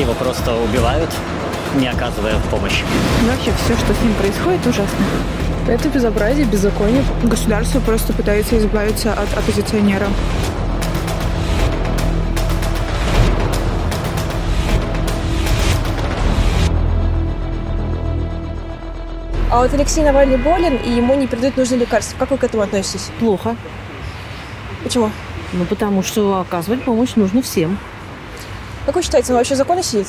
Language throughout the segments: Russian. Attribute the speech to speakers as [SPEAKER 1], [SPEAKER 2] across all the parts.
[SPEAKER 1] его просто убивают, не оказывая помощи.
[SPEAKER 2] Ну,
[SPEAKER 3] И вообще все, что с ним происходит, ужасно.
[SPEAKER 4] Это безобразие, беззаконие.
[SPEAKER 2] Государство просто пытается избавиться от оппозиционера.
[SPEAKER 5] А вот Алексей Навальный болен, и ему не передают нужные лекарства. Как вы к этому относитесь?
[SPEAKER 6] Плохо.
[SPEAKER 5] Почему?
[SPEAKER 6] Ну, потому что оказывать помощь нужно всем.
[SPEAKER 5] Как вы считаете, он вообще законно сидит?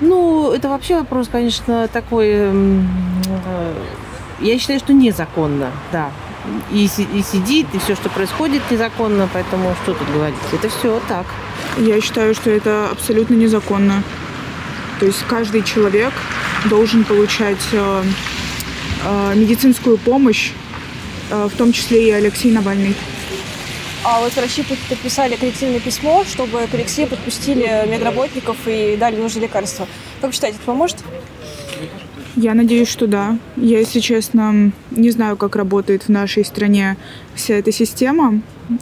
[SPEAKER 6] Ну, это вообще вопрос, конечно, такой... м, э, Я считаю, что незаконно, да. И, си- и сидит, и все, что происходит, незаконно, поэтому что тут говорить? Это все так.
[SPEAKER 2] Я считаю, что это абсолютно незаконно. То есть каждый человек должен получать э, э, медицинскую помощь, э, в том числе и Алексей Навальный.
[SPEAKER 5] А вот врачи под- подписали коллективное письмо, чтобы к Алексею подпустили медработников и дали нужные лекарства. Как вы считаете, это поможет?
[SPEAKER 2] Я надеюсь, что да. Я, если честно, не знаю, как работает в нашей стране вся эта система.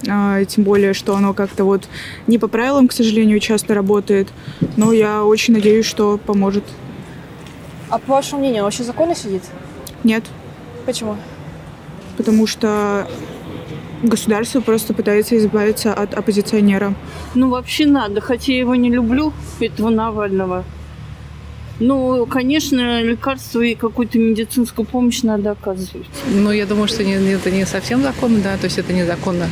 [SPEAKER 2] А, Тем более, что оно как-то вот не по правилам, к сожалению, часто работает. Но я очень надеюсь, что поможет.
[SPEAKER 5] А по вашему мнению, он вообще законно сидит?
[SPEAKER 2] Нет,
[SPEAKER 5] Почему?
[SPEAKER 2] потому что государство просто пытается избавиться от оппозиционера.
[SPEAKER 7] Ну, вообще надо, хотя я его не люблю, этого Навального. Ну, конечно, лекарства и какую-то медицинскую помощь надо оказывать.
[SPEAKER 8] Ну, я думаю, что не- не- это не совсем законно, да, то есть это незаконно.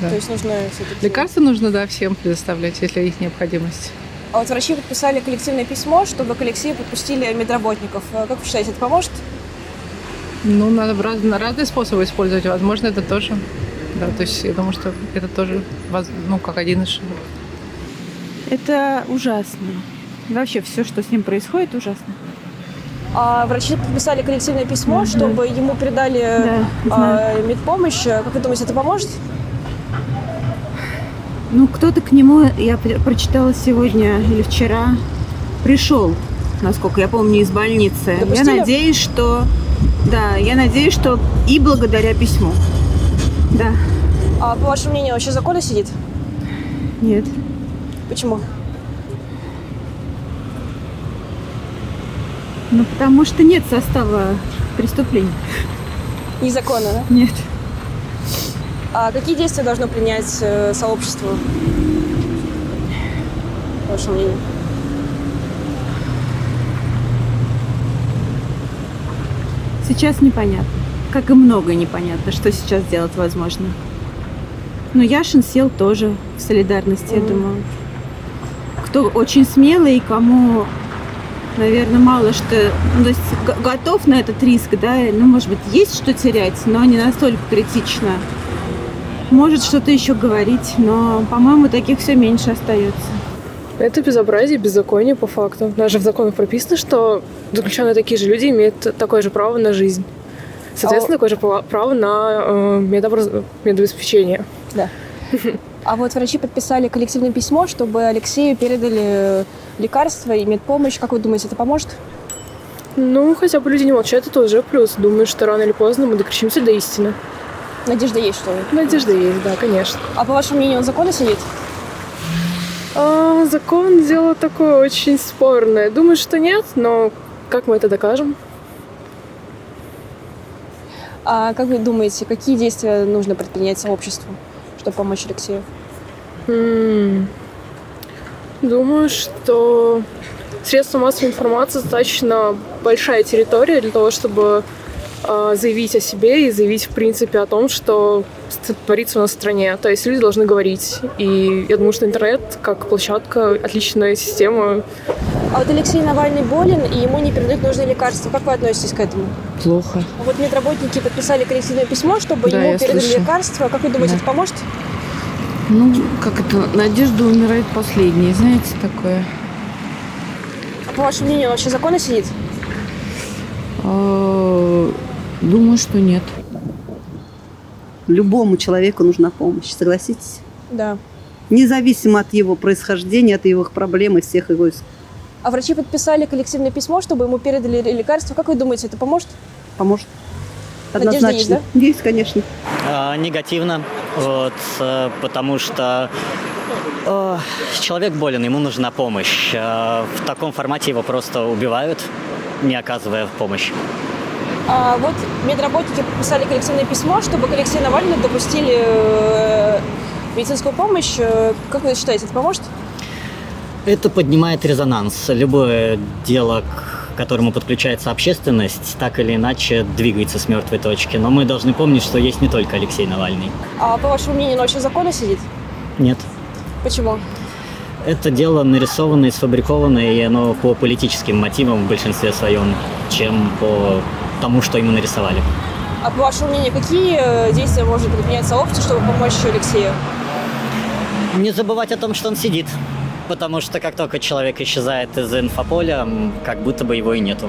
[SPEAKER 8] Да.
[SPEAKER 5] То есть нужно все-таки...
[SPEAKER 8] Лекарства нужно, да, всем предоставлять, если есть необходимость.
[SPEAKER 5] А вот врачи подписали коллективное письмо, чтобы к Алексею подпустили медработников. А Как вы считаете, это поможет?
[SPEAKER 8] Ну, надо раз- на разные способы использовать, возможно, это тоже. Да, то есть я думаю, что это тоже, воз- ну, как один из шагов.
[SPEAKER 3] Это ужасно. И вообще все, что с ним происходит, ужасно.
[SPEAKER 5] А врачи подписали коллективное письмо, чтобы ему передали
[SPEAKER 3] знаю.
[SPEAKER 5] а, медпомощь. Как вы думаете, это поможет?
[SPEAKER 9] Ну, кто-то к нему, я пр- прочитала сегодня или вчера, пришел, насколько я помню, из больницы. Я
[SPEAKER 5] Допустили?
[SPEAKER 9] надеюсь, что... Да, я надеюсь, что и благодаря письму. Да,
[SPEAKER 5] А по вашему мнению, вообще законно сидит?
[SPEAKER 9] нет.
[SPEAKER 5] Почему?
[SPEAKER 9] Ну, потому что нет состава преступлений.
[SPEAKER 5] Незаконно, да?
[SPEAKER 9] Нет.
[SPEAKER 5] А какие действия должно принять э, сообщество? По вашему мнению.
[SPEAKER 9] Сейчас непонятно. Как и много непонятно, что сейчас делать возможно. Но Яшин сел тоже в солидарности, я думаю. Кто очень смелый и кому, наверное, мало что... ну, то есть г- готов на этот риск, да, и, ну, может быть, есть что терять, но не настолько критично. Может что-то еще говорить, но, по-моему, таких все меньше остается.
[SPEAKER 4] Это безобразие, беззаконие по факту. Даже в законах прописано, что заключенные такие же люди имеют такое же право на жизнь. Соответственно, такое же пла- право на э, медобраз... медобеспечение.
[SPEAKER 5] А вот врачи подписали коллективное письмо, чтобы Алексею передали лекарства и медпомощь. Как вы думаете, это поможет?
[SPEAKER 4] Ну, хотя бы люди не молчат, это уже плюс. Думаю, что рано или поздно мы докричимся до истины.
[SPEAKER 5] Надежда есть, что ли?
[SPEAKER 4] Надежда есть, да, конечно.
[SPEAKER 5] А по вашему мнению, он законно сидит?
[SPEAKER 4] А, закон дело такое очень спорное. Думаю, что нет, но как мы это докажем?
[SPEAKER 5] А как вы думаете, какие действия нужно предпринять сообществу, чтобы помочь Алексею?
[SPEAKER 4] М, Думаю, что средства массовой информации достаточно большая территория для того, чтобы а, заявить о себе и заявить, в принципе, о том, что ст- творится у нас в стране. То есть люди должны говорить. И я думаю, что интернет, как площадка, отличная система.
[SPEAKER 5] А вот Алексей Навальный болен, и ему не передают нужные лекарства. Как вы относитесь к этому? А
[SPEAKER 6] Плохо.
[SPEAKER 5] Вот медработники подписали коллективное письмо, чтобы
[SPEAKER 8] Да,
[SPEAKER 5] ему
[SPEAKER 8] я
[SPEAKER 5] передали
[SPEAKER 8] слышала.
[SPEAKER 5] лекарства. Как вы думаете,
[SPEAKER 8] Да.
[SPEAKER 5] это поможет?
[SPEAKER 8] Ну, как это, надежда умирает последней, знаете, такое.
[SPEAKER 5] А по вашему мнению, он вообще законно сидит?
[SPEAKER 6] Думаю, что нет.
[SPEAKER 10] Любому человеку нужна помощь, согласитесь?
[SPEAKER 5] Да.
[SPEAKER 10] Независимо от его происхождения, от его проблем и всех его... ис-
[SPEAKER 5] А врачи подписали коллективное письмо, чтобы ему передали лекарства. Как вы думаете, это поможет?
[SPEAKER 10] Поможет.
[SPEAKER 5] Надежда
[SPEAKER 10] Однозначно.
[SPEAKER 5] есть,
[SPEAKER 10] конечно.
[SPEAKER 1] А, Негативно, вот, э, потому что Э, Человек болен, ему нужна помощь. Э, В таком формате его просто убивают, не оказывая помощи.
[SPEAKER 5] А вот медработники подписали коллективное письмо, чтобы к Алексею Навальному допустили э, медицинскую помощь. Э, Как вы считаете, это поможет?
[SPEAKER 1] Это поднимает резонанс. Любое дело, к которому подключается общественность, так или иначе двигается с мертвой точки. Но мы должны помнить, что есть не только Алексей Навальный.
[SPEAKER 5] А по вашему мнению, ночью закона сидит?
[SPEAKER 1] Нет.
[SPEAKER 5] Почему?
[SPEAKER 1] Это дело нарисованное, сфабрикованное, и оно по политическим мотивам в большинстве своем, чем по тому, что ему нарисовали.
[SPEAKER 5] А по вашему мнению, какие э, действия может предпринять сообщество, чтобы помочь Алексею?
[SPEAKER 1] Не забывать о том, что он сидит. Потому что как только человек исчезает из инфополя, м, как будто бы его и нету.